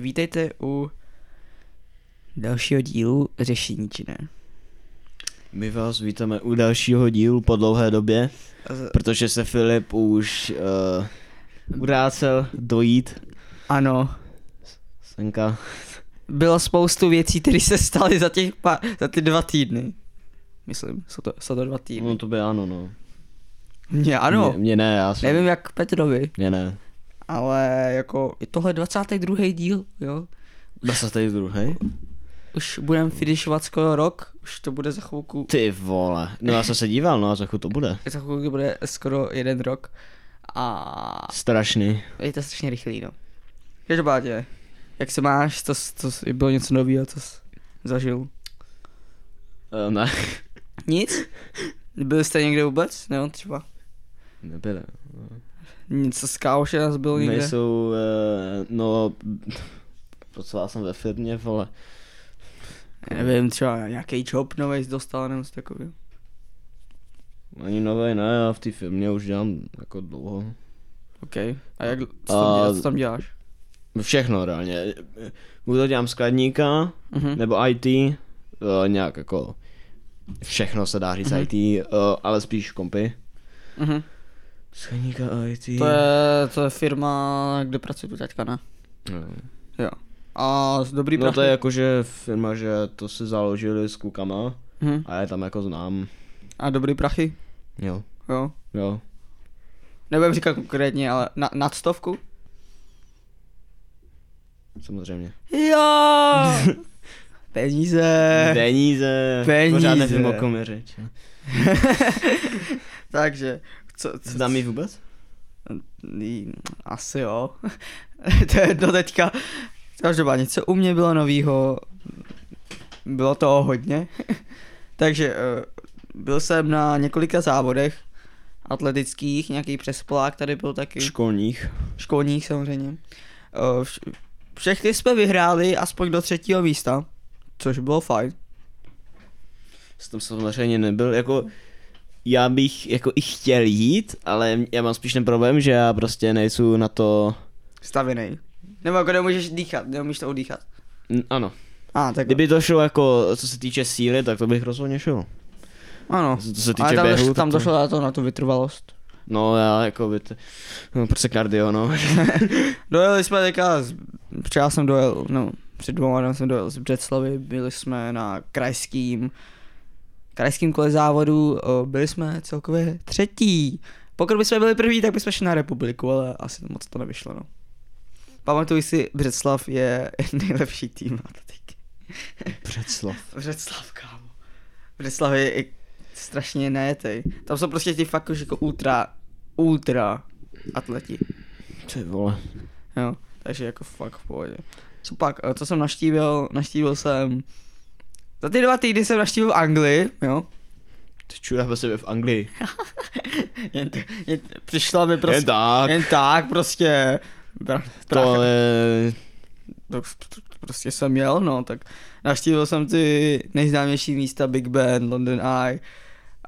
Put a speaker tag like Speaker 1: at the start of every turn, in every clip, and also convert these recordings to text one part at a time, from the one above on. Speaker 1: Vítejte u dalšího dílu Řešení či ne.
Speaker 2: My vás vítáme u dalšího dílu po dlouhé době,
Speaker 1: A z-
Speaker 2: protože se Filip už uh, urácel dojít
Speaker 1: Ano,
Speaker 2: senka.
Speaker 1: bylo spoustu věcí, které se staly za, těch pa, za ty dva týdny. Myslím, jsou to, jsou to dva týdny.
Speaker 2: No to by ano, no.
Speaker 1: Mně ano,
Speaker 2: Mě, mě ne, já jsem.
Speaker 1: nevím jak Petrovi,
Speaker 2: Mě ne.
Speaker 1: ale jako je tohle 22. díl, jo.
Speaker 2: Byl se tady druhý?
Speaker 1: Už budeme finišovat skoro rok, už to bude za chvilku,
Speaker 2: Ty vole. No já jsem se díval, no a za chud to bude.
Speaker 1: za chvilku bude skoro jeden rok. A
Speaker 2: Strašný.
Speaker 1: je to strašně rychlý, no. Každopádně, jak se máš, to, s- to s- bylo něco nového, co jsi zažil?
Speaker 2: Uh, ne.
Speaker 1: Nic? Byli jste někde vůbec? Nebo třeba
Speaker 2: Nebyly.
Speaker 1: něco z káoše nás bylo někde?
Speaker 2: Nejsou, uh, no, pracoval jsem ve firmě, vole.
Speaker 1: Nevím, třeba nějaký job nový jsi dostal nebo něco takového.
Speaker 2: Ani nový ne, já v té firmě už dělám jako dlouho.
Speaker 1: OK. A jak, co tam,
Speaker 2: A-
Speaker 1: děláš, co tam děláš?
Speaker 2: Všechno reálně. Buď to dělám skladníka,
Speaker 1: Mhm.
Speaker 2: nebo IT, uh, nějak jako všechno se dá říct
Speaker 1: Mhm.
Speaker 2: IT, uh, ale spíš kompy.
Speaker 1: Mhm.
Speaker 2: Skladníka IT.
Speaker 1: To, je, to je firma, kde pracuju teďka, ne?
Speaker 2: No.
Speaker 1: A s dobrý
Speaker 2: no to je jakože firma, že to si založili s klukama
Speaker 1: Mhm.
Speaker 2: a já je tam jako znám.
Speaker 1: A dobrý prachy,
Speaker 2: Jo.
Speaker 1: jo.
Speaker 2: Jo.
Speaker 1: Nebudem říkat konkrétně, ale na, nad stovku?
Speaker 2: Samozřejmě.
Speaker 1: Jo! Peníze!
Speaker 2: Peníze.
Speaker 1: Peníze.
Speaker 2: Pořád nevím, o kom je řeč.
Speaker 1: Takže, co, co,
Speaker 2: Znám ji vůbec?
Speaker 1: Jí, Asi jo. to je jedno teďka. Každopádně, co u mě bylo novýho, bylo toho hodně. Takže eh, byl jsem na několika závodech atletických, nějaký přespolák tady byl taky,
Speaker 2: Školních.
Speaker 1: školních samozřejmě. Eh, vš- Všechny jsme vyhráli aspoň do třetího místa, což bylo fajn.
Speaker 2: S tom samozřejmě nebyl, jako já bych jako i chtěl jít, ale já mám spíš ten problém, že já prostě nejsou na to...
Speaker 1: Stavinej. Nebo jako nemůžeš dýchat, neumíš to udýchat.
Speaker 2: N- ano,
Speaker 1: A, tak
Speaker 2: Kdyby to šlo jako, co se týče síly, tak to bych rozhodně šel.
Speaker 1: ano.
Speaker 2: Co co se týče
Speaker 1: Ale tam,
Speaker 2: běhu,
Speaker 1: doš- tam
Speaker 2: tak to-
Speaker 1: došlo na to, na tu vytrvalost.
Speaker 2: No já jako by t... no, prostě kardio, no.
Speaker 1: Dojeli jsme teďka, z- včera jsem dojel, no před dvěma dny jsem dojel z Břeclavy, byli jsme na krajským, krajským kole závodu, o, byli jsme celkově třetí. Pokud bychom byli první, tak bychom šli na republiku, ale asi moc to nevyšlo, no. Pamatuj si, Břeclav je nejlepší tým atletiky.
Speaker 2: Břeclav.
Speaker 1: Břeclav, kámo. Břeclav je i strašně najetej. Tam jsou prostě ti fakt už jako ultra, ultra atleti.
Speaker 2: Ty vole.
Speaker 1: Jo, takže jako fakt v pohodě. Co pak, eh, co jsem naštívil, naštívil jsem, za ty dva týdny jsem naštívil Anglii, jo.
Speaker 2: Ty čurá po sebe v Anglii.
Speaker 1: Jen, jen, přišla mi prostě,
Speaker 2: Jen tak.
Speaker 1: jen tak prostě, bra,
Speaker 2: to
Speaker 1: bra,
Speaker 2: je...
Speaker 1: to, prostě jsem jel, no, tak naštívil jsem ty nejznámější místa Big Ben, London Eye,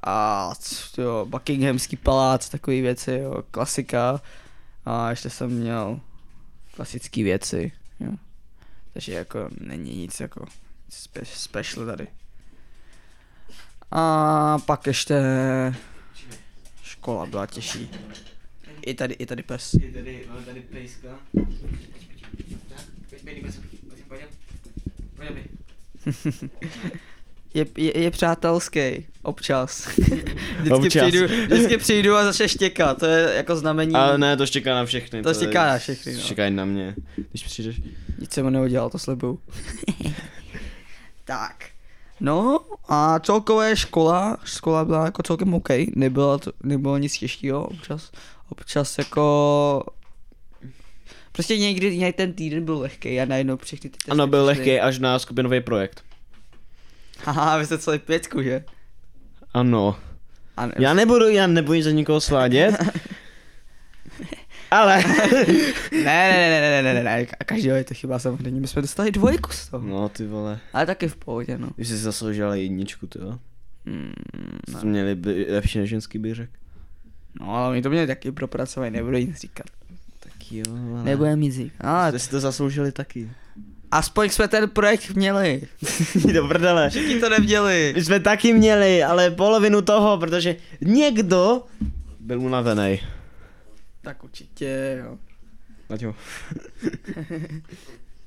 Speaker 1: a c- jo, Buckinghamský palác, takové věci, jo, klasika. A ještě jsem měl klasické věci, jo. Takže jako není nic jako spe- special tady. A pak ještě škola byla těžší. I tady, i tady pes.
Speaker 2: Je tady, máme tady pejska.
Speaker 1: Je, je, je přátelský, občas. vždycky,
Speaker 2: Občas.
Speaker 1: Přijdu, vždycky přijdu a začne štěkat, to je jako znamení.
Speaker 2: Ale ne, to čeká na všechny.
Speaker 1: To štěká na všechny, no.
Speaker 2: Čeká na mě. Když přijdeš.
Speaker 1: Nic jsem mu neudělal, to slibuju. tak. No a celkově škola, škola byla jako celkem OK, nebylo, to, nebylo nic těžkého, občas, občas jako... Prostě někdy, někdy ten týden byl lehký a najednou všechny ty testy
Speaker 2: Ano, byl
Speaker 1: přišly.
Speaker 2: lehký až na skupinový projekt.
Speaker 1: Haha, vy jste celý pětku, že?
Speaker 2: Ano.
Speaker 1: A ne,
Speaker 2: Já nebudu, já nebudu za nikoho svádět. Ale.
Speaker 1: ne, ne, ne, ne, ne, ne, ne, ka- každého je to chyba samozřejmě, my jsme dostali dvojku z toho.
Speaker 2: No ty vole.
Speaker 1: Ale taky v pohodě, no.
Speaker 2: Vy jsi zasloužila jedničku, ty jo?
Speaker 1: Hmm,
Speaker 2: Jste měli by, lepší než ženský bych řekl.
Speaker 1: no, ale oni to měli taky propracovaný, nebudu nic říkat.
Speaker 2: Taky jo. Ale...
Speaker 1: Nebudeme nic říkat. Ale
Speaker 2: Jste si to zasloužili taky.
Speaker 1: aspoň jsme ten projekt měli.
Speaker 2: Do prdele.
Speaker 1: Ti to neměli.
Speaker 2: My jsme taky měli, ale polovinu toho, protože někdo byl unavený.
Speaker 1: Tak určitě, jo.
Speaker 2: Naďo.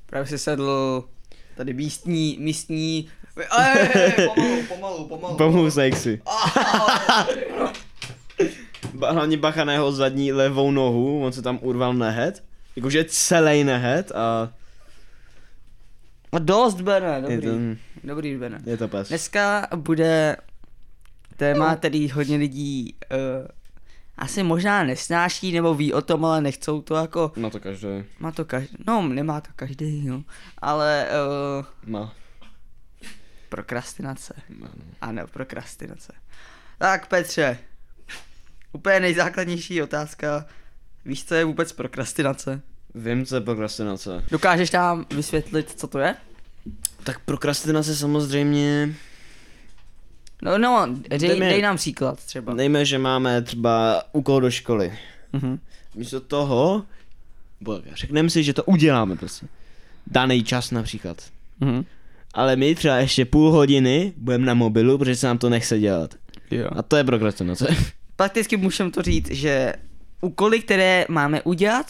Speaker 1: Právě si sedl tady místní, místní... Ej, pomalu, pomalu, pomalu.
Speaker 2: Pomůž sexy.
Speaker 1: Ah,
Speaker 2: Ba- hlavně bacha na jeho zadní levou nohu, on se tam urval nehet. Jakože celý nehet a
Speaker 1: A dost, Bene,
Speaker 2: je to,
Speaker 1: dobrý. Dobrý, Bene.
Speaker 2: je to pes.
Speaker 1: Dneska bude téma, který hodně lidí uh, asi možná nesnáší nebo ví o tom, ale nechcou to jako...
Speaker 2: No to každý
Speaker 1: Má to každý, no nemá to každý, jo. Ale uh,
Speaker 2: má. no.
Speaker 1: prokrastinace. A ne, prokrastinace. Tak Petře, úplně nejzákladnější otázka. Víš, co je vůbec prokrastinace?
Speaker 2: Vím, co je prokrastinace.
Speaker 1: Dokážeš nám vysvětlit, co to je?
Speaker 2: Tak prokrastinace samozřejmě...
Speaker 1: No, no, dej,
Speaker 2: Dej mi-
Speaker 1: dej nám příklad třeba.
Speaker 2: Dejme, že máme třeba úkol do školy.
Speaker 1: Mhm.
Speaker 2: Místo toho... Bo, řekneme si, že to uděláme prostě. Daný čas například.
Speaker 1: Mhm.
Speaker 2: Ale my třeba ještě půl hodiny budeme na mobilu, protože se nám to nechce dělat.
Speaker 1: Jo.
Speaker 2: A to je prokrastinace.
Speaker 1: Prakticky můžeme to říct, že úkoly, které máme udělat,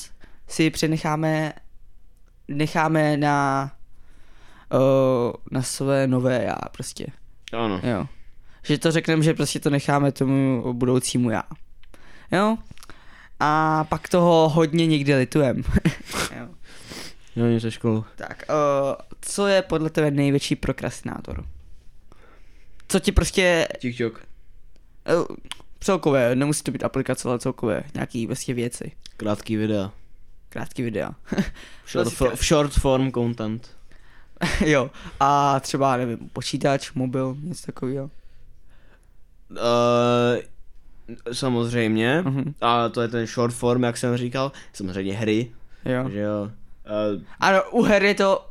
Speaker 1: si přenecháme, necháme na, uh, na své nové já prostě.
Speaker 2: Ano.
Speaker 1: Jo. Že to řekneme, že prostě to necháme tomu budoucímu já. Jo. A pak toho hodně někdy litujem. jo.
Speaker 2: Jo, něco školu.
Speaker 1: Tak, uh, co je podle tebe největší prokrastinátor? Co ti prostě
Speaker 2: TikTok.
Speaker 1: uh, celkové, nemusí to být aplikace, ale celkové, nějaký vlastně věci,
Speaker 2: Krátký videa.
Speaker 1: krátký videa.
Speaker 2: V short,
Speaker 1: Klasika.
Speaker 2: fo- v short form content.
Speaker 1: jo, a třeba, nevím, počítač, mobil, něco takového.
Speaker 2: Uh, samozřejmě.
Speaker 1: Mhm.
Speaker 2: A to je ten short form, jak jsem říkal. Samozřejmě hry,
Speaker 1: Jo.
Speaker 2: že jo. Uh,
Speaker 1: Ano, u her je to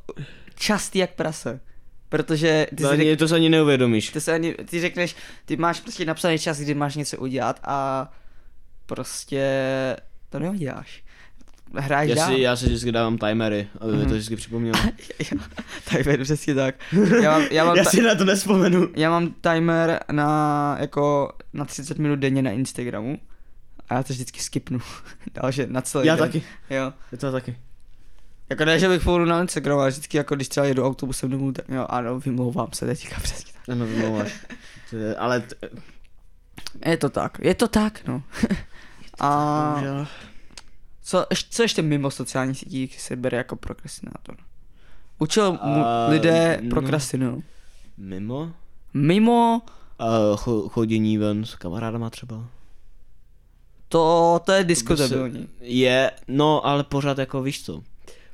Speaker 1: častý jak prase, protože ty
Speaker 2: to,
Speaker 1: si řek-
Speaker 2: No ani, to se ani neuvědomíš.
Speaker 1: Ty, se ani, ty řekneš, ty máš prostě napsaný čas, kdy máš něco udělat a prostě to neuděláš. Hráš
Speaker 2: Já
Speaker 1: dál. Mhm.
Speaker 2: si, já si vždycky dávám timery, aby mi to vždycky připomnělo.
Speaker 1: Timer, přesně tak. Já mám, já mám,
Speaker 2: já
Speaker 1: ta-
Speaker 2: si na to nespomenu.
Speaker 1: já mám timer na, jako, na 30 minut denně na Instagramu a já to vždycky skipnu. Dál, že na celý
Speaker 2: Já
Speaker 1: den.
Speaker 2: taky.
Speaker 1: Jo.
Speaker 2: Je to taky.
Speaker 1: Jako ne, že bych půjdu na Instagram, ale vždycky jako když třeba jedu autobusem domů, tak jo, ano, vymlouvám se teďka přesně tak.
Speaker 2: Ano, vymlouváš. To je- Ale t-
Speaker 1: Je to tak, je to tak, no. a...
Speaker 2: bohužel.
Speaker 1: Co, ješ- co ještě mimo sociální sítí se bere jako prokrastinátor? Učil mu
Speaker 2: A,
Speaker 1: lidé
Speaker 2: no.
Speaker 1: prokrastinují.
Speaker 2: Mimo?
Speaker 1: Mimo
Speaker 2: Uh, cho- chodění ven s kamarádama třeba.
Speaker 1: to, Jako to je diskutabilní.
Speaker 2: Se- Prostě Je, no ale pořád jako víš co.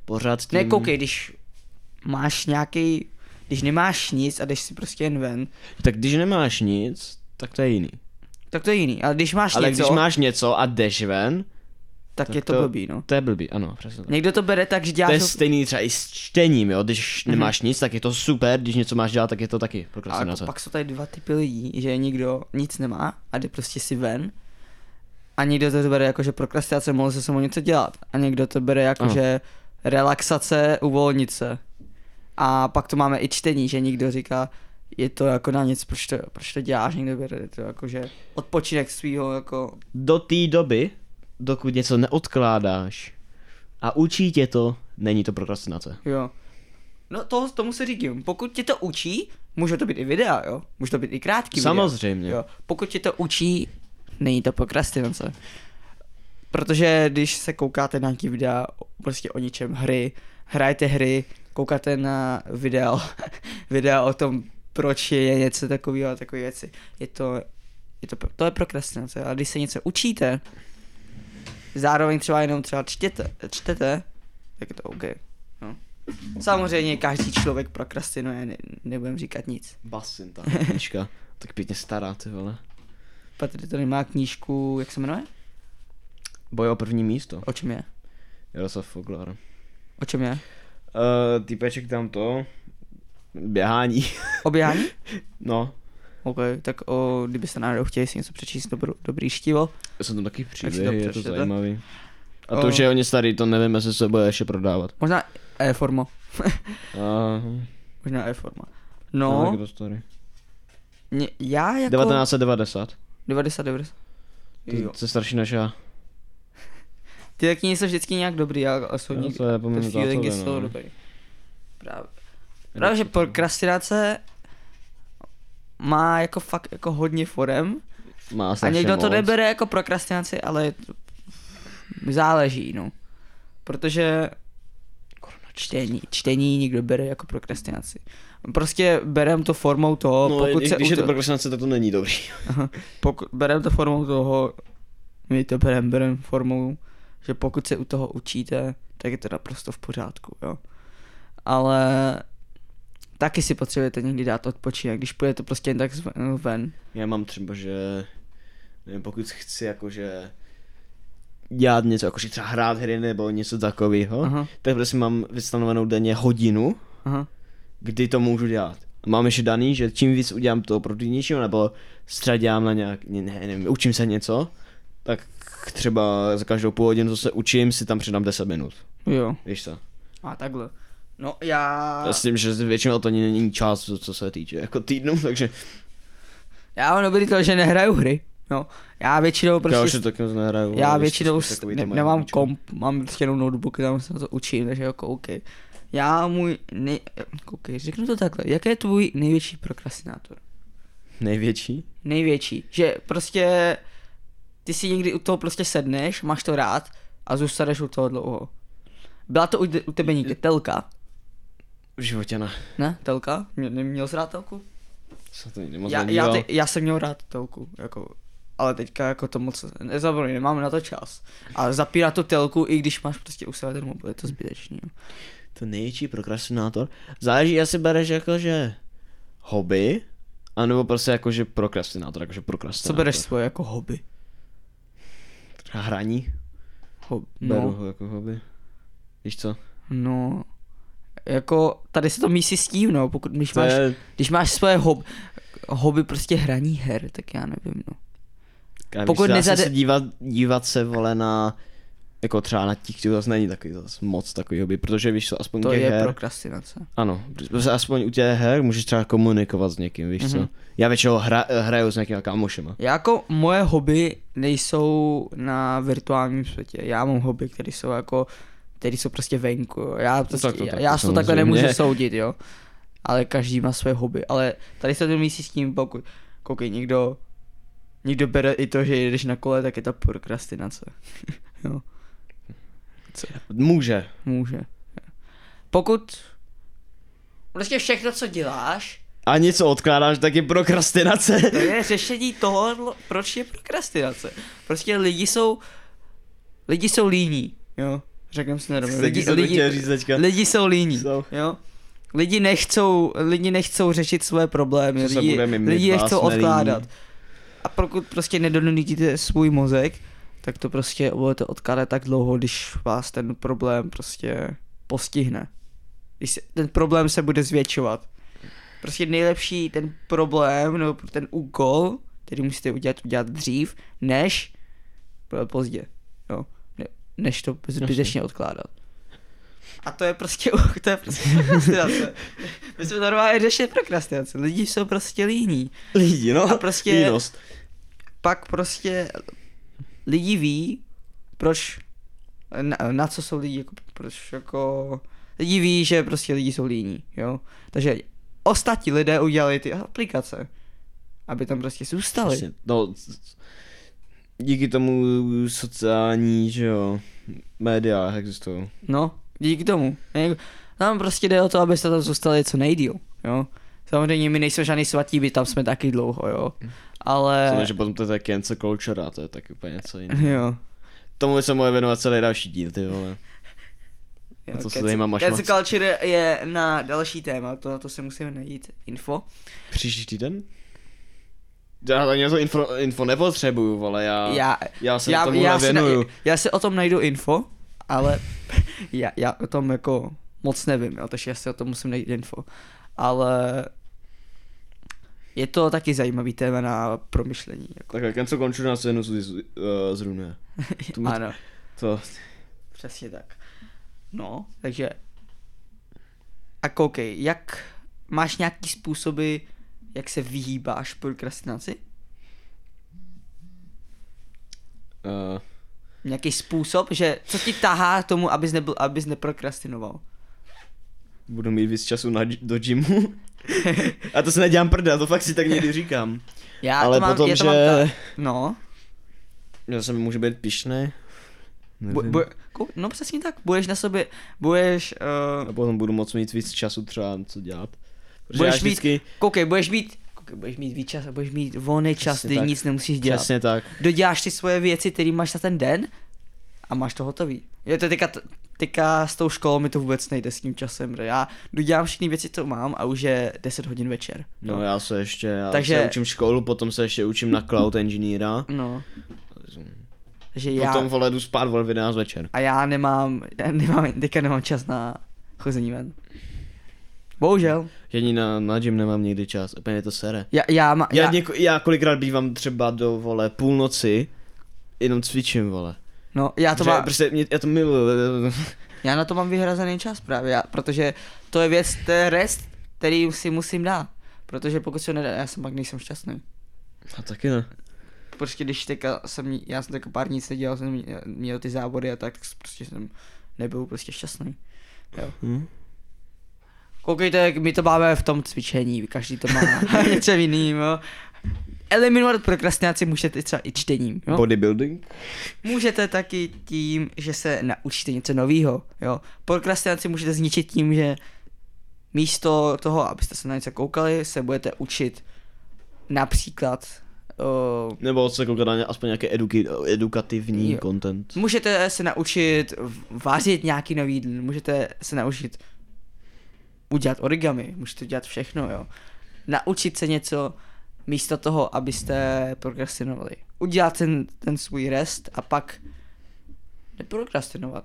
Speaker 2: Pořád s tím...
Speaker 1: Ne, koukej, když máš nějaký, když nemáš nic a jdeš si prostě jen ven,
Speaker 2: Tak když nemáš nic, tak to je jiný.
Speaker 1: tak to je jiný. Ale když máš
Speaker 2: Ale
Speaker 1: něco,
Speaker 2: když máš něco a jdeš ven,
Speaker 1: tak,
Speaker 2: tak
Speaker 1: je to,
Speaker 2: to-
Speaker 1: blbý, no.
Speaker 2: to je blbý, ano, přesně tak.
Speaker 1: Někdo to bere tak, že
Speaker 2: To je
Speaker 1: děláš...
Speaker 2: stejný třeba i s čtením, jo, když nemáš nic, tak je to super, když něco máš dělat, tak je to taky
Speaker 1: a
Speaker 2: prokrastinace.
Speaker 1: jako pak jsou tady dva typy lidí, že někdo nic nemá a jde prostě si ven a někdo to bere jako, že prokrastinace, mohl se samo něco dělat a někdo to bere jako,
Speaker 2: Ano.
Speaker 1: že relaxace, uvolnit se. A pak to máme i čtení, že někdo říká, je to jako na nic, proč to, proč to děláš, někdo bere to jako, že odpočinek svýho jako,
Speaker 2: Do té doby, dokud něco neodkládáš a učí tě to, není to prokrastinace.
Speaker 1: jo. No to, tomu se říkám, pokud tě to učí, může to být i videa, jo, může to být i krátký video.
Speaker 2: Samozřejmě.
Speaker 1: Jo. Pokud tě to učí, není to prokrastinace. Protože když se koukáte na nějaký videa o- prostě o ničem, hry, hrajete hry, koukáte na video, video o tom, proč je něco takového a takové věci. Je to, je to, to je prokrastinace. A když se něco učíte, zároveň třeba jenom třeba čtěte, čtete, tak je to OK. No. Samozřejmě každý člověk prokrastinuje, ne, nebudem říkat nic.
Speaker 2: Basin, ta knížka. tak pěkně stará, ty vole.
Speaker 1: Patry tady má knížku, jak se jmenuje?
Speaker 2: Boj o první místo.
Speaker 1: O čem je?
Speaker 2: Jaroslav Foglar. Uh,
Speaker 1: O čem je?
Speaker 2: týpeček Eh, tam to... Běhání.
Speaker 1: O běhání?
Speaker 2: No.
Speaker 1: OK, tak o, kdybyste náhodou chtěli si něco přečíst, dobro, dobrý štivo.
Speaker 2: Já jsem tam taky
Speaker 1: si to
Speaker 2: příběhy, je to Eh.
Speaker 1: přečtete?
Speaker 2: zajímavý. A A to
Speaker 1: O.
Speaker 2: už je hodně starý, to nevím, jestli se bude ještě prodávat.
Speaker 1: Možná e-forma.
Speaker 2: A,
Speaker 1: Možná e-forma.
Speaker 2: no.
Speaker 1: No,
Speaker 2: taky to starý.
Speaker 1: mě, já jako...
Speaker 2: 1990.
Speaker 1: 90, 90. Jo.
Speaker 2: To je starší než já.
Speaker 1: Ty taky nejsou vždycky nějak dobrý, já a jsou
Speaker 2: Já
Speaker 1: nikdy.
Speaker 2: se nepamatuju
Speaker 1: Ty feelingy
Speaker 2: zásoby,
Speaker 1: jsou
Speaker 2: no.
Speaker 1: dobrý. Právě. Právě, že prokrastinace má jako fakt jako hodně forem.
Speaker 2: Má
Speaker 1: A
Speaker 2: strašně
Speaker 1: někdo to
Speaker 2: moc.
Speaker 1: nebere jako prokrastinaci, ale je to- záleží, no. Protože čtení, čtení nikdo bere jako prokrastinaci. Prostě berem to formou toho,
Speaker 2: No,
Speaker 1: pokud
Speaker 2: i-
Speaker 1: se
Speaker 2: když je to
Speaker 1: uto-
Speaker 2: prokrastinace, tak to není dobrý.
Speaker 1: pokud, berem to formou toho, my to berem, berem formou, že pokud se u toho učíte, tak je to naprosto v pořádku, jo. Ale taky si potřebujete někdy dát odpočinek, když půjdete prostě jen tak zven- ven.
Speaker 2: Já mám třeba, že nevím, pokud chci jakože dělat něco, jakože třeba hrát hry nebo něco takového,
Speaker 1: Aha.
Speaker 2: tak prostě mám vystanovenou denně hodinu,
Speaker 1: Aha.
Speaker 2: kdy to můžu dělat. Mám ještě daný, že čím víc udělám to produktivnějšího, nebo třeba dělám na nějak, ne, ne, nevím, učím se něco, tak třeba za každou půl hodinu, co se učím, si tam přidám 10 minut.
Speaker 1: Jo.
Speaker 2: Víš co?
Speaker 1: A takhle. No já...
Speaker 2: Já s tím, že většinou to není není čas, co- co se týče jako týdnu, takže
Speaker 1: Já mám dobrý to, že nehraju hry. No, já většinou prostě...
Speaker 2: já už se tak moc nehraju.
Speaker 1: já
Speaker 2: ale víš,
Speaker 1: většinou
Speaker 2: co jsou
Speaker 1: s-
Speaker 2: takový
Speaker 1: ne,
Speaker 2: ty moje
Speaker 1: nemám
Speaker 2: hobíčka.
Speaker 1: komp, mám prostě jenom notebook, tam se na to učím, takže jako OK. Já můj, nej, koukej, řeknu to takhle, jaký je tvůj největší prokrastinátor?
Speaker 2: Největší?
Speaker 1: Největší, že prostě ty si někdy u toho prostě sedneš, máš to rád a zůstaneš u toho dlouho. Byla to u, de- u tebe někdy telka,
Speaker 2: V životě ne.
Speaker 1: ne? Telka? Mě, neměl jsi rád telku?
Speaker 2: Se to nikdy moc
Speaker 1: Já, já,
Speaker 2: nedívá.
Speaker 1: te, já jsem měl rád telku, jako, ale teďka jako to moc nezabrojí, nemám na to čas. A zapírat tu telku, i když máš prostě u sebe ten mobil, je to zbytečný.
Speaker 2: Hmm.
Speaker 1: jo.
Speaker 2: To největší prokrastinátor. Záleží, jestli bereš jako, že hobby, anebo prostě jako, že prokrastinátor, jakože
Speaker 1: Co
Speaker 2: prokrastinátor.
Speaker 1: bereš svoje jako hobby?
Speaker 2: Třeba Hraní?
Speaker 1: Ho-
Speaker 2: Beru
Speaker 1: no,
Speaker 2: ho jako hobby. Víš co?
Speaker 1: no, jako tady se to mísí s tím, no, pokud když
Speaker 2: To
Speaker 1: máš,
Speaker 2: je,
Speaker 1: když máš svoje hob, hobby prostě hraní her, tak já nevím, no. pokud
Speaker 2: já pokud víš, nezade...
Speaker 1: nezade-
Speaker 2: se dívat, dívat se, vole, na jako třeba na těch, zase není takový zase moc takový hobby, protože víš co, aspoň
Speaker 1: To
Speaker 2: těch
Speaker 1: je
Speaker 2: her,
Speaker 1: prokrastinace.
Speaker 2: ano, protože aspoň u těch her můžeš třeba komunikovat s někým, víš mm-hmm. co. Já většinou hra, hraju s někýma kámošema.
Speaker 1: Já jako moje hobby nejsou na virtuálním světě. Já mám hobby, které jsou jako, které jsou prostě venku. jo. Já, prostě,
Speaker 2: No tak to
Speaker 1: já,
Speaker 2: taky
Speaker 1: já si to takhle nemůžu
Speaker 2: samozřejmě.
Speaker 1: soudit, jo. Ale každý má své hobby. Ale tady se to myslí s tím, pokud, koukej, někdo, někdo bere i to, že jedeš na kole, tak je to prokrastinace. jo,
Speaker 2: Může.
Speaker 1: může. Pokud, prostě všechno, co děláš,
Speaker 2: A něco odkládáš, tak je prokrastinace.
Speaker 1: To je řešení toho, proč je prokrastinace. Prostě lidi jsou, lidi jsou líní, jo. Řekneme si nerovno.
Speaker 2: Lidi,
Speaker 1: No, Lidi,
Speaker 2: lidi, lidi,
Speaker 1: lidi,
Speaker 2: říct teďka.
Speaker 1: lidi jsou líní,
Speaker 2: Jsou.
Speaker 1: jo. Lidi nechcou, lidi nechcou řešit své problémy,
Speaker 2: Co se
Speaker 1: lidi,
Speaker 2: budeme, my
Speaker 1: lidi je
Speaker 2: dva
Speaker 1: chcou
Speaker 2: jsme líní.
Speaker 1: odkládat. A pokud prostě nedonutíte svůj mozek, tak to prostě budete odkládat tak dlouho, když vás ten problém prostě postihne. Když se, ten problém se bude zvětšovat prostě nejlepší ten problém nebo ten úkol, který musíte udělat, udělat dřív, než eh, pozdě, jo. Ne, než to zbytečně odkládat. A to je prostě, to je prostě prokrastinace. My jsme normálně řešili prokrastinace. Lidi jsou prostě líní.
Speaker 2: Lidi, no.
Speaker 1: A prostě-
Speaker 2: Línost.
Speaker 1: Pak prostě lidi ví, proč, na, na co jsou lidi, jako, proč jako, lidi ví, že prostě lidi jsou líní, jo. Takže ostatní lidé udělali ty aplikace, aby tam prostě zůstali.
Speaker 2: Přesně, No, c- c- díky tomu sociální, že jo, média existují.
Speaker 1: No, díky tomu. Ne- Nám prostě jde o to, abyste tam zůstali co nejdíl, jo. Samozřejmě my nejsme žádný svatí, by tam jsme taky dlouho, jo.
Speaker 2: Samozřejmě,
Speaker 1: Ale...
Speaker 2: že potom to je tak cancel culture a to je tak úplně něco jiného.
Speaker 1: Jo.
Speaker 2: Tomu by se mohl věnovat celý další díl, ty vole. A co se
Speaker 1: Cancel-
Speaker 2: zajímá, máš
Speaker 1: Cancel
Speaker 2: moc?
Speaker 1: culture je na další téma, to, na to si musíme najít info.
Speaker 2: Příští týden? Já na něco info, info nepotřebuju, vole, já,
Speaker 1: Já,
Speaker 2: já se
Speaker 1: já,
Speaker 2: tomu
Speaker 1: já, si, na-
Speaker 2: nevěnuju.
Speaker 1: já si o tom najdu info, ale já, já o tom jako moc nevím, jo, takže já si o tom musím najít info. Ale je to taky zajímavý téma na promyšlení. Jako.
Speaker 2: Takhle, cancel culture nás jednou z- z- eh, zrunuje. To-
Speaker 1: ano.
Speaker 2: To,
Speaker 1: Přesně tak. No, takže... A koukej, jak... Máš nějaký způsoby, jak se vyhýbáš prokrastinaci?
Speaker 2: Uh,
Speaker 1: Nějaký způsob, že co ti tahá k tomu, abys, nebyl, abys neprokrastinoval?
Speaker 2: budu mít víc času na, dž- do gymu. A to se nedělám prda, to fakt si tak někdy říkám.
Speaker 1: Já
Speaker 2: Ale
Speaker 1: to mám,
Speaker 2: potom,
Speaker 1: já to
Speaker 2: že-
Speaker 1: mám tak. No,
Speaker 2: Já se můžu být pišný.
Speaker 1: bu, bu, kou- no přesně tak, budeš na sobě, budeš, uh,
Speaker 2: A potom budu moc mít víc času třeba co dělat. Protože já
Speaker 1: budeš
Speaker 2: vždycky,
Speaker 1: mít, koukej, budeš mít, koukej, budeš mít víc čas, budeš mít volný čas,
Speaker 2: Přesně
Speaker 1: kdy
Speaker 2: tak.
Speaker 1: nic nemusíš dělat.
Speaker 2: Přesně tak.
Speaker 1: doděláš ty svoje věci, které máš na ten den a máš to hotový. Je to teďka, teďka s tou školou mi to vůbec nejde s tím časem, že já dodělám všechny věci, co mám a už je 10 hodin večer.
Speaker 2: No já se ještě, já Takže...
Speaker 1: Takže-
Speaker 2: se učím školu, potom se ještě učím na cloud engineera.
Speaker 1: No. Že
Speaker 2: Já...
Speaker 1: já,
Speaker 2: Potom vole jdu spát vole v 11 večer.
Speaker 1: a já nemám, já nemám, teďka nemám čas na chození ven. Bohužel.
Speaker 2: Ani na, na gym nemám někdy čas, úplně mě to sere.
Speaker 1: Já, já, má,
Speaker 2: Já,
Speaker 1: já,
Speaker 2: já... Něko, já kolikrát bývám třeba do vole půlnoci, jenom cvičím vole.
Speaker 1: no, já, to
Speaker 2: Že
Speaker 1: má,
Speaker 2: Prostě mě, já to miluju.
Speaker 1: já na to mám vyhrazený čas právě, já, protože to je věc, to je rest, který si musím dát. Protože pokud se nedá, já jsem pak nejsem šťastný.
Speaker 2: A taky ne.
Speaker 1: prostě když teďka jsem, já jsem teďka pár dní nic nedělal, jsem mě- měl ty závody a tak, tak prostě jsem nebyl prostě šťastný. Jo.
Speaker 2: Hm.
Speaker 1: Koukejte, my to máme v tom cvičení, každý to má něco jiným, jo. Eliminovat prokrastinaci můžete třeba i čtením, jo.
Speaker 2: Bodybuilding?
Speaker 1: Můžete taky tím, že se naučíte něco nového, jo. Prokrastinaci můžete zničit tím, že místo toho, abyste se na něco koukali, se budete učit například eh,
Speaker 2: Nebo se koukat na ně- aspoň nějaký eduki- edukativní
Speaker 1: Jo.
Speaker 2: content.
Speaker 1: Můžete se naučit v- vařit nějaký nový jídlo, můžete se naučit udělat origami, můžete dělat všechno, jo. Naučit se něco místo toho, abyste prokrastinovali. Udělat ten, ten svůj rest a pak neprokrastinovat.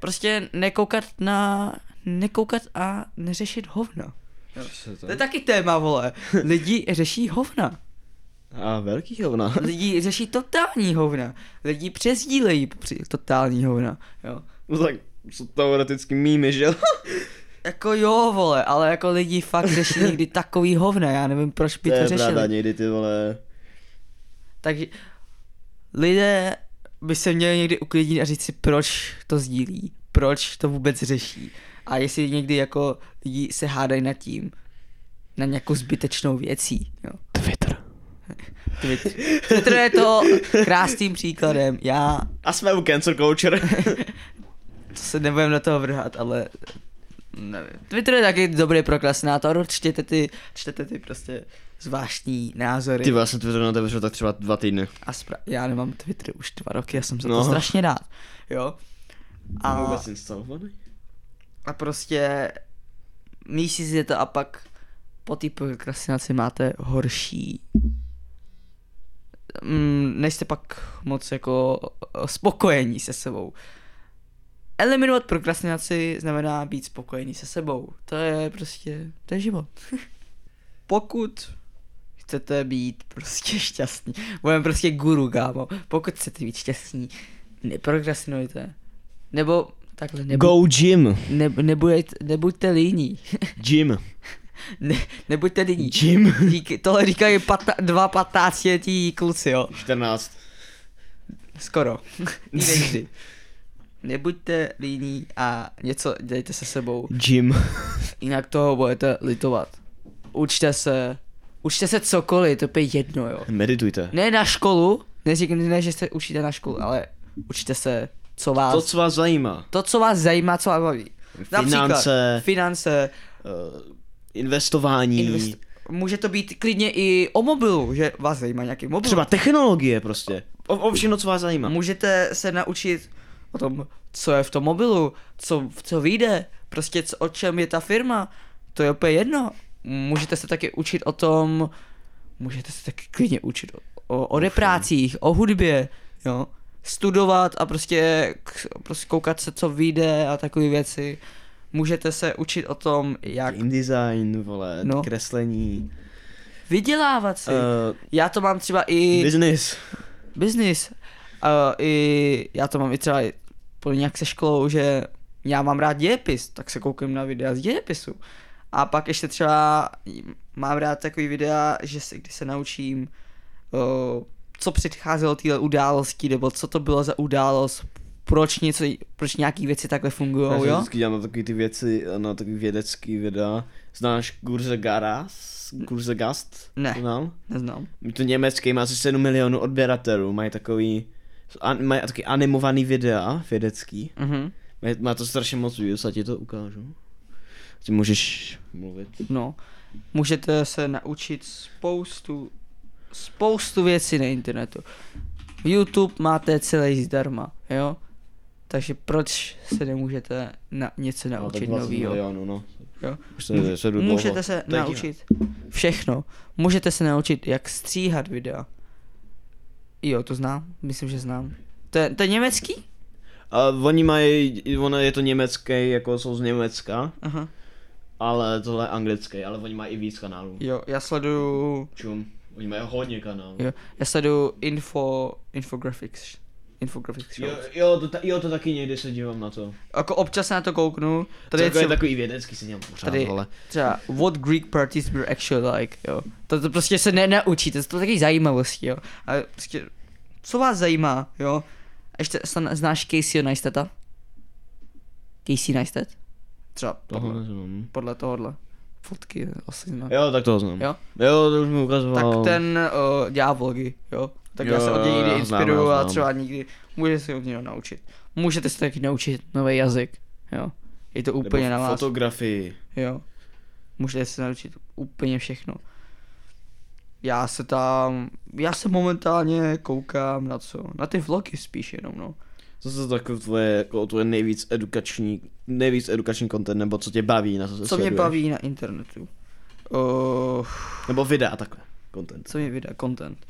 Speaker 1: Prostě nekoukat na, nekoukat a neřešit hovna. To je taky téma, vole. Lidi řeší hovna.
Speaker 2: A velký hovna.
Speaker 1: Lidi řeší totální hovna. Lidi přesdílejí při- totální hovna, jo.
Speaker 2: No tak jsou teoreticky mými, že jo?
Speaker 1: Jako jo, vole, ale jako lidi fakt řeší někdy takový hovna, já nevím, proč by
Speaker 2: To
Speaker 1: to,
Speaker 2: je
Speaker 1: řešili.
Speaker 2: pravda, někdy ty vole.
Speaker 1: Takže lidé by se měli někdy uklidnit a říct si, proč to sdílí, proč to vůbec řeší. A jestli někdy jako lidi se hádají nad tím, na nějakou zbytečnou věcí, jo.
Speaker 2: Twitter.
Speaker 1: Twitter. Twitter je to krásným příkladem, já
Speaker 2: A jsme u cancel culture.
Speaker 1: to se nebudem do toho vrhat, ale nevím. Twitter je taky dobrý prokrastinátor, čtěte ty, čtete ty prostě zvláštní názory.
Speaker 2: ty vole, já jsem Twitter na tebe tak třeba dva týdny.
Speaker 1: A spra- já nemám Twitter už dva roky, já jsem za to
Speaker 2: No.
Speaker 1: strašně rád, jo.
Speaker 2: A...
Speaker 1: A,
Speaker 2: Vůbec instalovaný?
Speaker 1: a prostě mísí si to a pak po té prokrastinaci máte horší mm, nejste pak moc jako eh, spokojení se sebou. Eliminovat prokrastinaci znamená být spokojený se sebou. To je prostě, to je život. Pokud chcete být prostě šťastní, budeme prostě guru, kámo. Pokud chcete být šťastní, neprokrastinujte. Nebo takhle, nebu-
Speaker 2: Go gym.
Speaker 1: ne, nebudejte, nebuďte líní.
Speaker 2: Gym.
Speaker 1: Ne, nebuďte líní.
Speaker 2: Gym.
Speaker 1: Díky, tohle říkají patna, dva patnáctiletí kluci, jo.
Speaker 2: 14.
Speaker 1: Skoro. Někdy. Nebuďte líní a něco dělejte se sebou,
Speaker 2: Gym.
Speaker 1: jinak toho budete litovat. Učte se, učte se cokoliv, to je jedno, jo.
Speaker 2: Meditujte.
Speaker 1: Ne na školu, neříkám, ne, že se učíte na školu, ale učte se, co vás,
Speaker 2: To,
Speaker 1: to, co,
Speaker 2: co vás zajímá.
Speaker 1: to, co vás zajímá, co vás baví.
Speaker 2: Finance.
Speaker 1: finance,
Speaker 2: Uh, investování.
Speaker 1: invest, může to být klidně i o mobilu, že vás zajímá nějaký mobil.
Speaker 2: Třeba technologie prostě. O, o všechno, co vás zajímá.
Speaker 1: Můžete se naučit o tom, co je v tom mobilu, co, co vyjde, prostě co, o čem je ta firma, to je úplně jedno. Můžete se taky učit o tom, můžete se taky klidně učit o, o, o reprácích, o hudbě, jo. Studovat a prostě, k- prostě koukat se, co vyjde a takové věci. Můžete se učit o tom, jak
Speaker 2: Game design, vole, no.
Speaker 1: No.
Speaker 2: kreslení,
Speaker 1: vydělávat si.
Speaker 2: uh,
Speaker 1: Já to mám třeba i...
Speaker 2: business.
Speaker 1: business. Uh, i, já to mám i třeba i po- spolu nějak se školou, že já mám rád dějepis, tak se koukám na videa z dějepisu. A pak ještě třeba mám rád takový videa, že se, když se naučím, o, co předcházelo téhle události, nebo co to bylo za událost, proč něco, proč nějaký věci takhle
Speaker 2: Já
Speaker 1: fungují,
Speaker 2: jsem
Speaker 1: jo?
Speaker 2: vždycky dělám na takový ty věci, na takový vědecký videa. Znáš Kurze Garas? Kurze Gast?
Speaker 1: Ne.
Speaker 2: Znám?
Speaker 1: Neznám.
Speaker 2: To německý má asi 7 milionů odběratelů, mají takový, an, mají taky animovaný videa, vědecký.
Speaker 1: Mhm.
Speaker 2: Mají- Má to strašně moc views, já ti to ukážu. Ty můžeš mluvit.
Speaker 1: No, můžete se naučit spoustu, spoustu věcí na internetu. YouTube máte celý zdarma, jo? Takže proč se nemůžete na
Speaker 2: No,
Speaker 1: něco naučit nového?
Speaker 2: milionů, no.
Speaker 1: Jo.
Speaker 2: Už to nesedu dlouho.
Speaker 1: Můžete se
Speaker 2: To je divné.
Speaker 1: naučit všechno. Můžete se naučit, jak stříhat videa. Jo, to znám, myslím, že znám. To je, to je německý?
Speaker 2: A oni mají, ono je to německý, jako jsou z Německa,
Speaker 1: Aha.
Speaker 2: ale tohle je anglický, ale oni mají i víc kanálů.
Speaker 1: Jo, já sleduju,
Speaker 2: Čum, oni mají hodně kanálů.
Speaker 1: jo, já sleduju info, infographics, infographics
Speaker 2: Jo,
Speaker 1: shows.
Speaker 2: jo, to ta, jo, to taky někdy se dívám na to.
Speaker 1: Jako občas na to kouknu, tady je
Speaker 2: Celkově
Speaker 1: třeba,
Speaker 2: takový vědecký se dívám pořád,
Speaker 1: tady,
Speaker 2: ale.
Speaker 1: třeba what Greek parties were actually like, jo. To, to prostě se nenaučíte, to jsou taky zajímavosti, jo. A prostě, co vás zajímá, jo. A ještě sna- znáš Casey Neistata? Casey Neistat? Třeba
Speaker 2: Tohle
Speaker 1: podle,
Speaker 2: neznám.
Speaker 1: podle tohohle. Fotky asi znám.
Speaker 2: Jo, tak toho znám.
Speaker 1: Jo?
Speaker 2: jo to už mi
Speaker 1: Tak
Speaker 2: ukazoval.
Speaker 1: ten uh, dělá vlogy, jo. Tak já
Speaker 2: Jo,
Speaker 1: se od něj
Speaker 2: jo,
Speaker 1: někdy
Speaker 2: já znám,
Speaker 1: inspiruju
Speaker 2: já
Speaker 1: a
Speaker 2: znám.
Speaker 1: třeba někdy můžete se od něho naučit. Můžete se taky naučit nový jazyk, jo. Je to
Speaker 2: Nebo
Speaker 1: úplně na vás.
Speaker 2: Fotografii.
Speaker 1: Jo. Můžete se naučit úplně všechno. Já se tam, já se momentálně koukám na co? Na ty vlogy spíš jenom, no.
Speaker 2: Co jsou takové tvoje, jako tvoje nejvíc edukační, nejvíc edukační content, nebo co tě baví, na co se
Speaker 1: Co mě
Speaker 2: sleduješ?
Speaker 1: baví na internetu? Uh,
Speaker 2: Nebo videa takhle, content.
Speaker 1: co mě vydá content?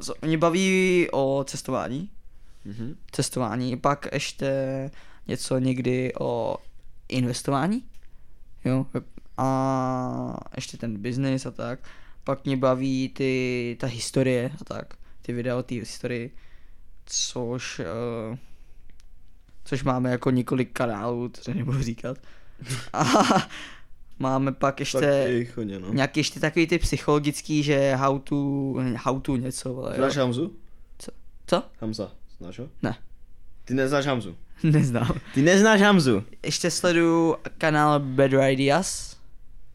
Speaker 1: Co, mě baví o cestování.
Speaker 2: Mhm.
Speaker 1: Cestování, pak ještě něco někdy o investování. Jo, a ještě ten biznis a tak. Pak mě baví ty, ta historie a tak, ty videa o té historii, což, uh, což máme jako několik kanálů, to se nebudu říkat. A máme pak
Speaker 2: Tak
Speaker 1: ještě
Speaker 2: jich hodně, no.
Speaker 1: nějaký ještě takový ty psychologický, že how to, how to něco, vole,
Speaker 2: Znáš
Speaker 1: jo.
Speaker 2: Hamzu?
Speaker 1: Co?
Speaker 2: Hamza, znáš ho?
Speaker 1: Ne.
Speaker 2: Ty neznáš Hamzu.
Speaker 1: Neznám.
Speaker 2: Ty neznáš Hamzu.
Speaker 1: Ještě sleduju kanál Bad Ideas,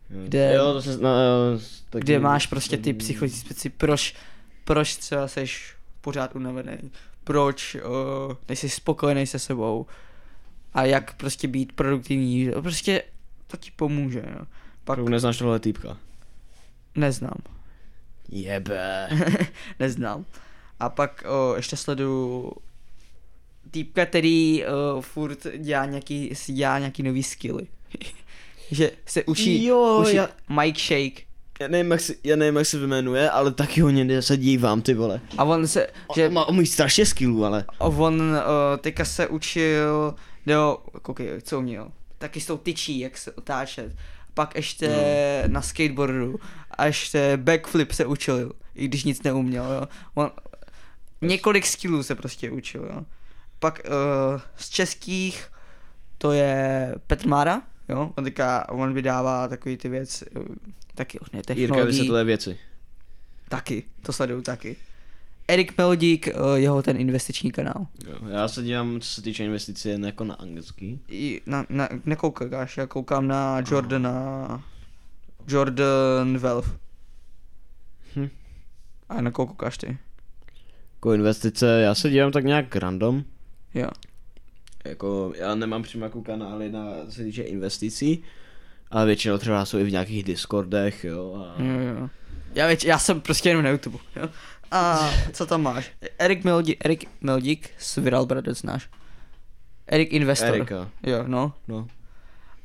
Speaker 1: Kde-
Speaker 2: Jo, to se zná, jo, taky-
Speaker 1: kde máš prostě ty psychologické věci, proč, proč třeba seš pořád unavený, proč uh, nejsi spokojený se sebou a jak prostě být produktivní, prostě to ti pomůže, jo. Pak
Speaker 2: Pokud neznáš tohle týpka.
Speaker 1: neznám,
Speaker 2: Jebe.
Speaker 1: neznám. A pak uh, ještě sleduju týpka, který uh, furt dělá nějaký, si dělá nějaký nový skilly. že se učí,
Speaker 2: Jo,
Speaker 1: učí
Speaker 2: já-
Speaker 1: Mike Shake,
Speaker 2: Já nevím, jak se, já nevím, jak se vymenuje, ale taky ho někde se dívám, ty vole.
Speaker 1: A on se,
Speaker 2: Že...
Speaker 1: že
Speaker 2: On má umí strašně skillů, ale.
Speaker 1: a on uh, teďka se učil, jo, koukej, co uměl, taky s tou tyčí, jak se otáčet. Pak ještě
Speaker 2: No.
Speaker 1: na skateboardu a ještě backflip se učil, i když nic neuměl, jo. On, několik skillů se prostě učil, jo. Pak uh, z českých to je Petr Mára, jo, on teďka, on vydává takový ty věc, eh, taky, ne,
Speaker 2: Jirka
Speaker 1: technologií.
Speaker 2: vysvětluje věci.
Speaker 1: Taky, to sleduju taky. Erik Melodík, eh, jeho ten investiční kanál.
Speaker 2: Jo. Já se dívám, co se týče investice, jen jako na anglický.
Speaker 1: I na, na, nekoukáš, já koukám na Jordana... Jordan Velf.
Speaker 2: Hm.
Speaker 1: A na koho koukáš ty?
Speaker 2: Jako investice, já se dívám tak nějak random.
Speaker 1: Jo.
Speaker 2: Jako, já nemám přímo jako kanály na, co se týče investicí. Ale většinou třeba jsou i v nějakých discordech, jo. A...
Speaker 1: Jo, jo. Já, věč, já jsem prostě jenom na YouTube. Jo? A co tam máš? Erik Melodík, Erik Melodík z Viral Brothers znáš. Erik Investor.
Speaker 2: Erika.
Speaker 1: Jo, no.
Speaker 2: No.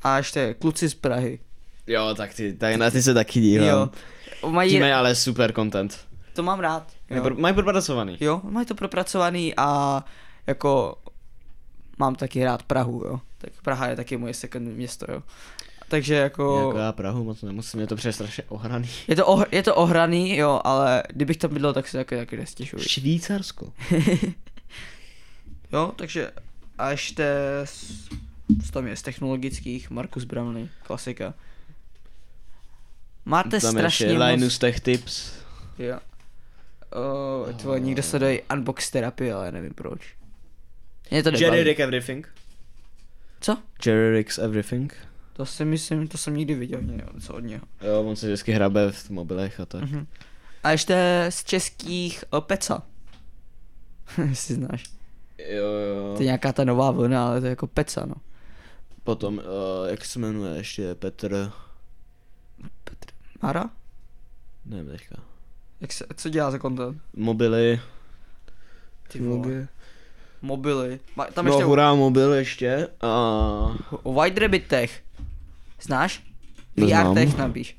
Speaker 1: A ještě kluci z Prahy.
Speaker 2: Jo, tak ty, tak na ty se taky dívám. Jo.
Speaker 1: Jo. Mají,
Speaker 2: Ti mají ale super content.
Speaker 1: to mám rád.
Speaker 2: Mají, pro, mají propracovaný.
Speaker 1: Jo, mají to propracovaný a jako mám taky rád Prahu, jo. Tak Praha je taky moje second město, jo. Takže jako,
Speaker 2: Jako já Prahu moc nemusím, je to přes strašně ohraný.
Speaker 1: je to, oh, je to ohraný, jo, ale kdybych tam bydlel, tak se taky, taky nestěžuji.
Speaker 2: Švýcarsko.
Speaker 1: Jo, takže a ještě z, z tom je z technologických Markus Bramley, klasika. Máte
Speaker 2: Tam je
Speaker 1: strašně
Speaker 2: ještě
Speaker 1: moc...
Speaker 2: Linus Tech Tips.
Speaker 1: Jo. O, tvo, někdo se dají unbox terapii, ale já nevím proč. Mě to
Speaker 2: Jerry
Speaker 1: nebaví.
Speaker 2: Rick Everything.
Speaker 1: Co?
Speaker 2: Jerry Rick's Everything.
Speaker 1: To si myslím, to jsem nikdy viděl něco co od něho.
Speaker 2: Jo, on se vždycky hrabe v mobilech a tak.
Speaker 1: Mhm. A ještě z českých o, Peca. Jestli znáš.
Speaker 2: Jo, jo.
Speaker 1: To je nějaká ta nová vlna, ale to je jako Peca, no.
Speaker 2: Potom, uh, jak se jmenuje ještě Petr,
Speaker 1: Mara?
Speaker 2: nevím teďka,
Speaker 1: Jak se, co dělá za content?
Speaker 2: mobily.
Speaker 1: Ty vole. Mobily. Ma, tam
Speaker 2: Tam no,
Speaker 1: ještě
Speaker 2: ještě...
Speaker 1: o,
Speaker 2: hurá mobil ještě a...
Speaker 1: o White Rabbit Tech. Znáš?
Speaker 2: Neznám.
Speaker 1: VR Tech napíš.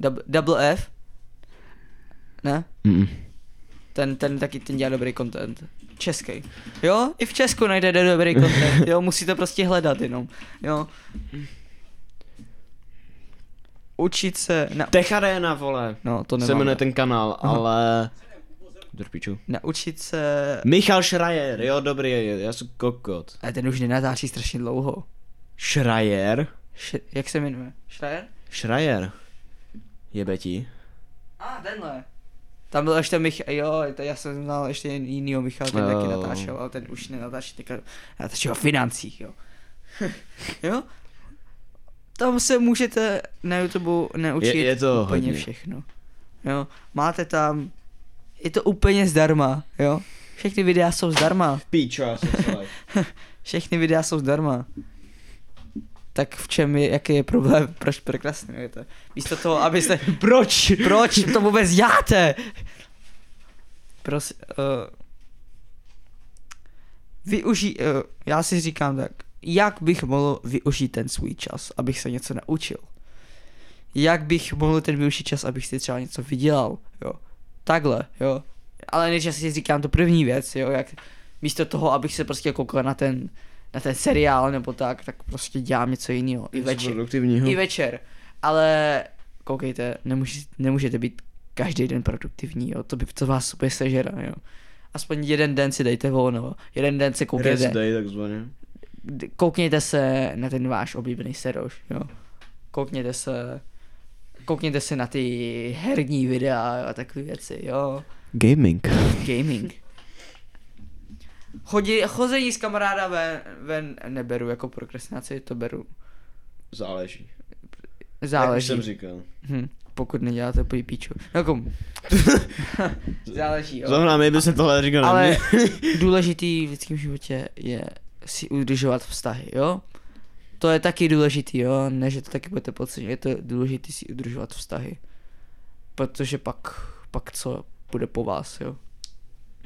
Speaker 1: Dub- Double F? Ne?
Speaker 2: Mm.
Speaker 1: Ten, ten taky ten dělá dobrý content. Český. Jo, i v Česku najdete dobrý content. Jo, musíte prostě hledat jenom. Jo. Učit se na...
Speaker 2: Tech Arena, vole.
Speaker 1: No, to Mhm.
Speaker 2: se
Speaker 1: nemám.
Speaker 2: jmenuje ten kanál,
Speaker 1: Aha.
Speaker 2: ale... Drpiču.
Speaker 1: Naučit se...
Speaker 2: Michal Schreier, jo dobrý, je, já jsem kokot.
Speaker 1: Ale ten už nenatáčí strašně dlouho.
Speaker 2: Schreier?
Speaker 1: Š- jak se jmenuje? Schreier?
Speaker 2: Schreier. Jebetí.
Speaker 1: A, ah, tenhle. Tam byl ještě Michal, jo, to já jsem znal ještě jinýho Michala, ten taky
Speaker 2: Jo.
Speaker 1: natáčel, ale ten už nenatáčí, teďka natáčí o financích, jo. jo? Tam se můžete na YouTube naučit
Speaker 2: Je- je to
Speaker 1: úplně
Speaker 2: hodně.
Speaker 1: všechno. Jo, máte tam, je to úplně zdarma, jo. Všechny videa jsou zdarma,
Speaker 2: Píčo, já jsem
Speaker 1: všechny videa jsou zdarma. Tak v čem je, jaký je problém, proč vlastně, prokrastinujete? Místo toho, abyste,
Speaker 2: Proč?
Speaker 1: proč to vůbec děláte? Prosím, uh, využij, uh, já si říkám tak, jak bych mohl využít ten svůj čas, abych se něco naučil? Jak bych mohl ten využít čas, abych si třeba něco vydělal, jo? Takhle, jo? Ale než já si říkám to první věc, jo, jak místo toho, abych se prostě koukal na ten, na ten seriál nebo tak, tak prostě dělám něco jiného. I večer
Speaker 2: Produktivního.
Speaker 1: i večer. Ale koukejte, nemůžete, nemůžete být každý den produktivní, jo. To, by, to vás úplně sežere, jo. Aspoň jeden den si dejte volno, jeden den se koukněte,
Speaker 2: Rest day, takzvaně.
Speaker 1: d- koukněte se na ten váš oblíbený seroš, jo. Koukněte se, koukněte se na ty herní videa jo, a takové věci, jo.
Speaker 2: Gaming.
Speaker 1: Gaming. Chodí, chození s kamaráda ven, ven neberu jako prokrastinaci, to beru.
Speaker 2: Záleží.
Speaker 1: Záleží.
Speaker 2: Jak už jsem říkal.
Speaker 1: Hm, pokud neděláte půj píču. No komu? Záleží, jo.
Speaker 2: Zohna, my by se tohle říkal na
Speaker 1: Ale
Speaker 2: mě.
Speaker 1: důležitý v lidském životě je si udržovat vztahy, jo? To je taky důležitý, jo? Ne, že to taky budete podcenit. Je to důležitý si udržovat vztahy. Protože pak, pak co bude po vás, jo?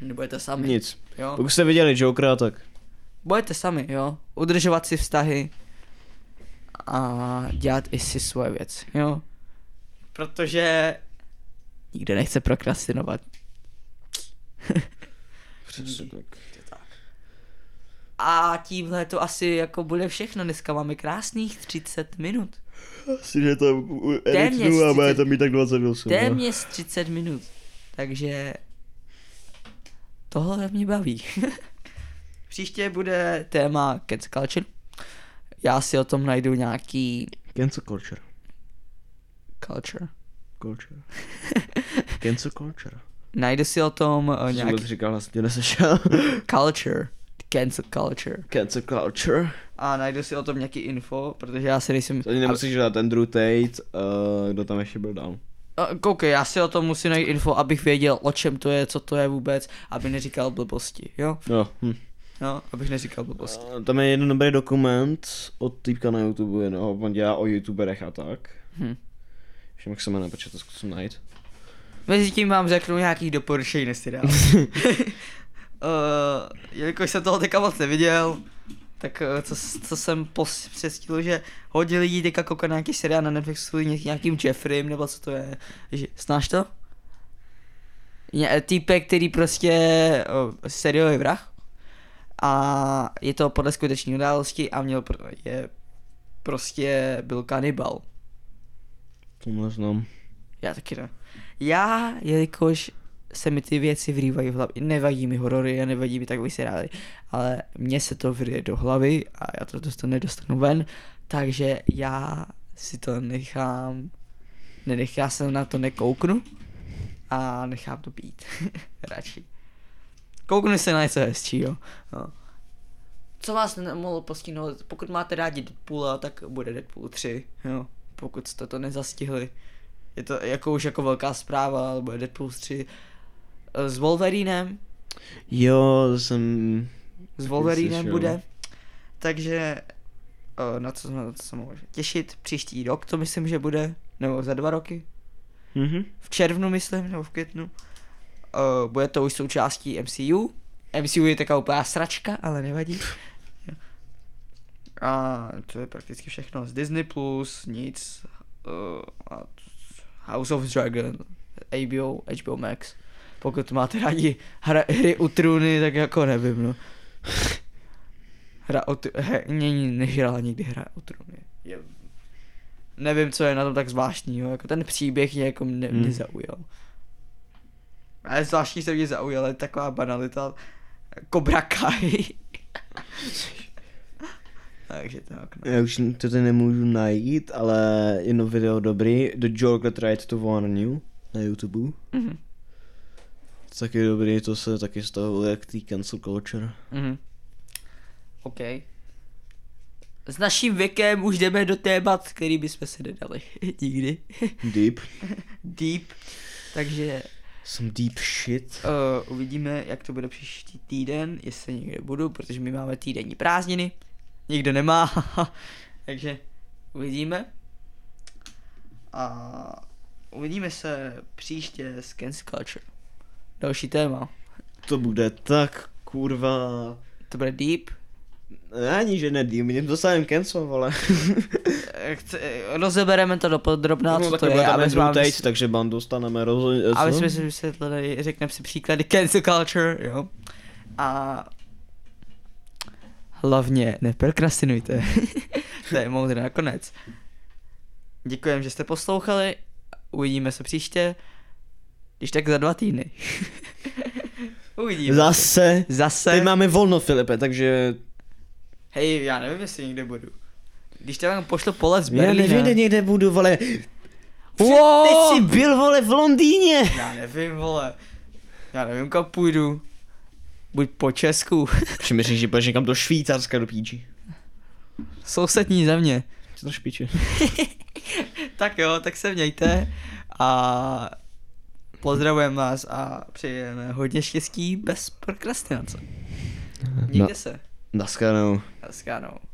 Speaker 1: Nebudete sami,
Speaker 2: Nic.
Speaker 1: jo?
Speaker 2: Pokud jste viděli Jokera, tak
Speaker 1: Budete sami, jo? Udržovat si vztahy a dělat i si svoje věci, jo? Protože nikdo nechce prokrastinovat.
Speaker 2: Přesně tak.
Speaker 1: A tímhle to asi jako bude všechno. Dneska máme krásných 30 minut.
Speaker 2: Asi, že to u- u-
Speaker 1: Téměř
Speaker 2: editnu a bude
Speaker 1: 30.
Speaker 2: to mít tak 28. no.
Speaker 1: Téměř 30 minut. Takže tohle mě baví. Příště bude téma cancel culture. Já si o tom najdu nějaký
Speaker 2: Cancel culture.
Speaker 1: culture.
Speaker 2: Culture. Cancel culture.
Speaker 1: Najdu si o tom eh,
Speaker 2: No, Nějak...
Speaker 1: nějaký
Speaker 2: Vůbec říkal, vlastně neslyšel.
Speaker 1: culture. Cancel culture.
Speaker 2: Cancel culture.
Speaker 1: A najdu si o tom nějaký info, protože já si nejsem...
Speaker 2: To ani nemusíš dát Andrew Tate, uh, kdo tam ještě byl dál.
Speaker 1: A- Koukej, já si o tom musím najít info, abych věděl, o čem to je, co to je vůbec, aby neříkal blbosti, jo?
Speaker 2: No, hm.
Speaker 1: No, abych neříkal blbosti.
Speaker 2: Eh, Tam je jeden dobrý dokument od týpka na YouTube, jednoho, on dělá o youtuberech a tak.
Speaker 1: Hm.
Speaker 2: Všem, jak se jmenuje, počkej, to zkusím najít.
Speaker 1: Mezi tím vám řeknu nějaký doporučení, než si dám. uh, jelikož jsem toho teďka moc neviděl, tak eh, co, co jsem pos- přestil, že hodně lidí teďka kouká na nějaký seriál na Netflixu ně- nějakým Jeffrem, nebo co to je. Že, znáš to? Ně- eh, Týpek, který prostě eh, seriový vrah a je to podle skutečné události a měl pr- je prostě byl kanibal.
Speaker 2: To neznám.
Speaker 1: Já taky ne. Já, jelikož se mi ty věci vrývají v hlavě. Nevadí mi horory a nevadí mi takový seriály, ale mně se to vrije do hlavy a já to dost nedostanu ven, takže já si to nechám, nenech, já se na to nekouknu a nechám to být. Radši. Kouknu se na něco hezčího. No. Co vás nemohlo postihnout, pokud máte rádi Deadpoola, tak bude Deadpool 3, jo. Pokud jste to nezastihli. Je to jako už jako velká zpráva, ale bude Deadpool 3. Eh, S Wolverinem,
Speaker 2: Jo, to jsem...
Speaker 1: s Wolverinem
Speaker 2: slyšel.
Speaker 1: bude. Takže eh, na co, na co se může těšit příští rok, to myslím, že bude, nebo za dva roky,
Speaker 2: Mhm.
Speaker 1: v červnu, myslím, nebo v květnu. Uh, bude to už součástí MCU. MCU je taková úplná sračka, ale nevadí. A to je prakticky všechno. Z Disney+, Plus, nic. Uh, a House of Dragon, HBO, HBO Max. Pokud máte rádi hra, hry u trůny, tak jako nevím, no. Hra o trůny, he, ne, ne, nehrál nikdy hra o trůny. Je, nevím, co je na tom tak zvláštního, jako ten příběh mě jako mě, mě
Speaker 2: Hmm.
Speaker 1: zaujal. Ale zvláštní se mě zaujala je taková banalita. Cobra Kai. Takže tak, no.
Speaker 2: Já už to tady nemůžu najít, ale jedno video dobrý. The Joker Tried to Warn You na YouTube.
Speaker 1: Mhm.
Speaker 2: Taky dobrý, to se taky stavilo jak tý cancel culture.
Speaker 1: Mhm. OK. S naším věkem už jdeme do témat, který bychom si nedali nikdy.
Speaker 2: Deep.
Speaker 1: Deep. Takže
Speaker 2: Some deep shit.
Speaker 1: uh, uvidíme, jak to bude příští týden, jestli někde budu, protože my máme týdenní prázdniny. Nikdo nemá. Takže uvidíme. A uvidíme se příště s Cancel Culture. Další téma.
Speaker 2: To bude tak kurva...
Speaker 1: To bude Deep.
Speaker 2: Ani že ne deep, mě to samým cancel, vole.
Speaker 1: Eh, Chce, eh, rozebereme to do podrobná, No, co to
Speaker 2: taky bude
Speaker 1: je,
Speaker 2: tam
Speaker 1: aby
Speaker 2: Andrew
Speaker 1: jsme vám
Speaker 2: Tate, takže ban dostaneme rozhodně. co?
Speaker 1: Ale jsme si vysvětlili, řekneme si příklady cancel culture, jo. A hlavně neprokrastinujte. to je moudré nakonec. Děkujem, že jste poslouchali. Uvidíme se příště. Když tak za dva týdny. Uvidíme. Zas.
Speaker 2: Zase.
Speaker 1: Zase.
Speaker 2: Teď máme volno, Filipe, takže...
Speaker 1: Hej, já nevím, jestli někde budu. Když tě vám pošlu pole z
Speaker 2: Já
Speaker 1: Berlína.
Speaker 2: nevím, kde někde budu, vole.
Speaker 1: Wow!
Speaker 2: Teď jsi byl, vole, v Londýně.
Speaker 1: Já nevím, vole. Já nevím, kam půjdu. Buď po Česku.
Speaker 2: Přemýšlím, že půjdeš někam do Švýcarska do píči.
Speaker 1: Sousední země.
Speaker 2: Co to špiče?
Speaker 1: Tak jo, tak se mějte a pozdravujeme vás a přejeme hodně
Speaker 2: No.
Speaker 1: štěstí bez prokrastinace. Mějte se.
Speaker 2: Naschledanou.
Speaker 1: Hezká noc.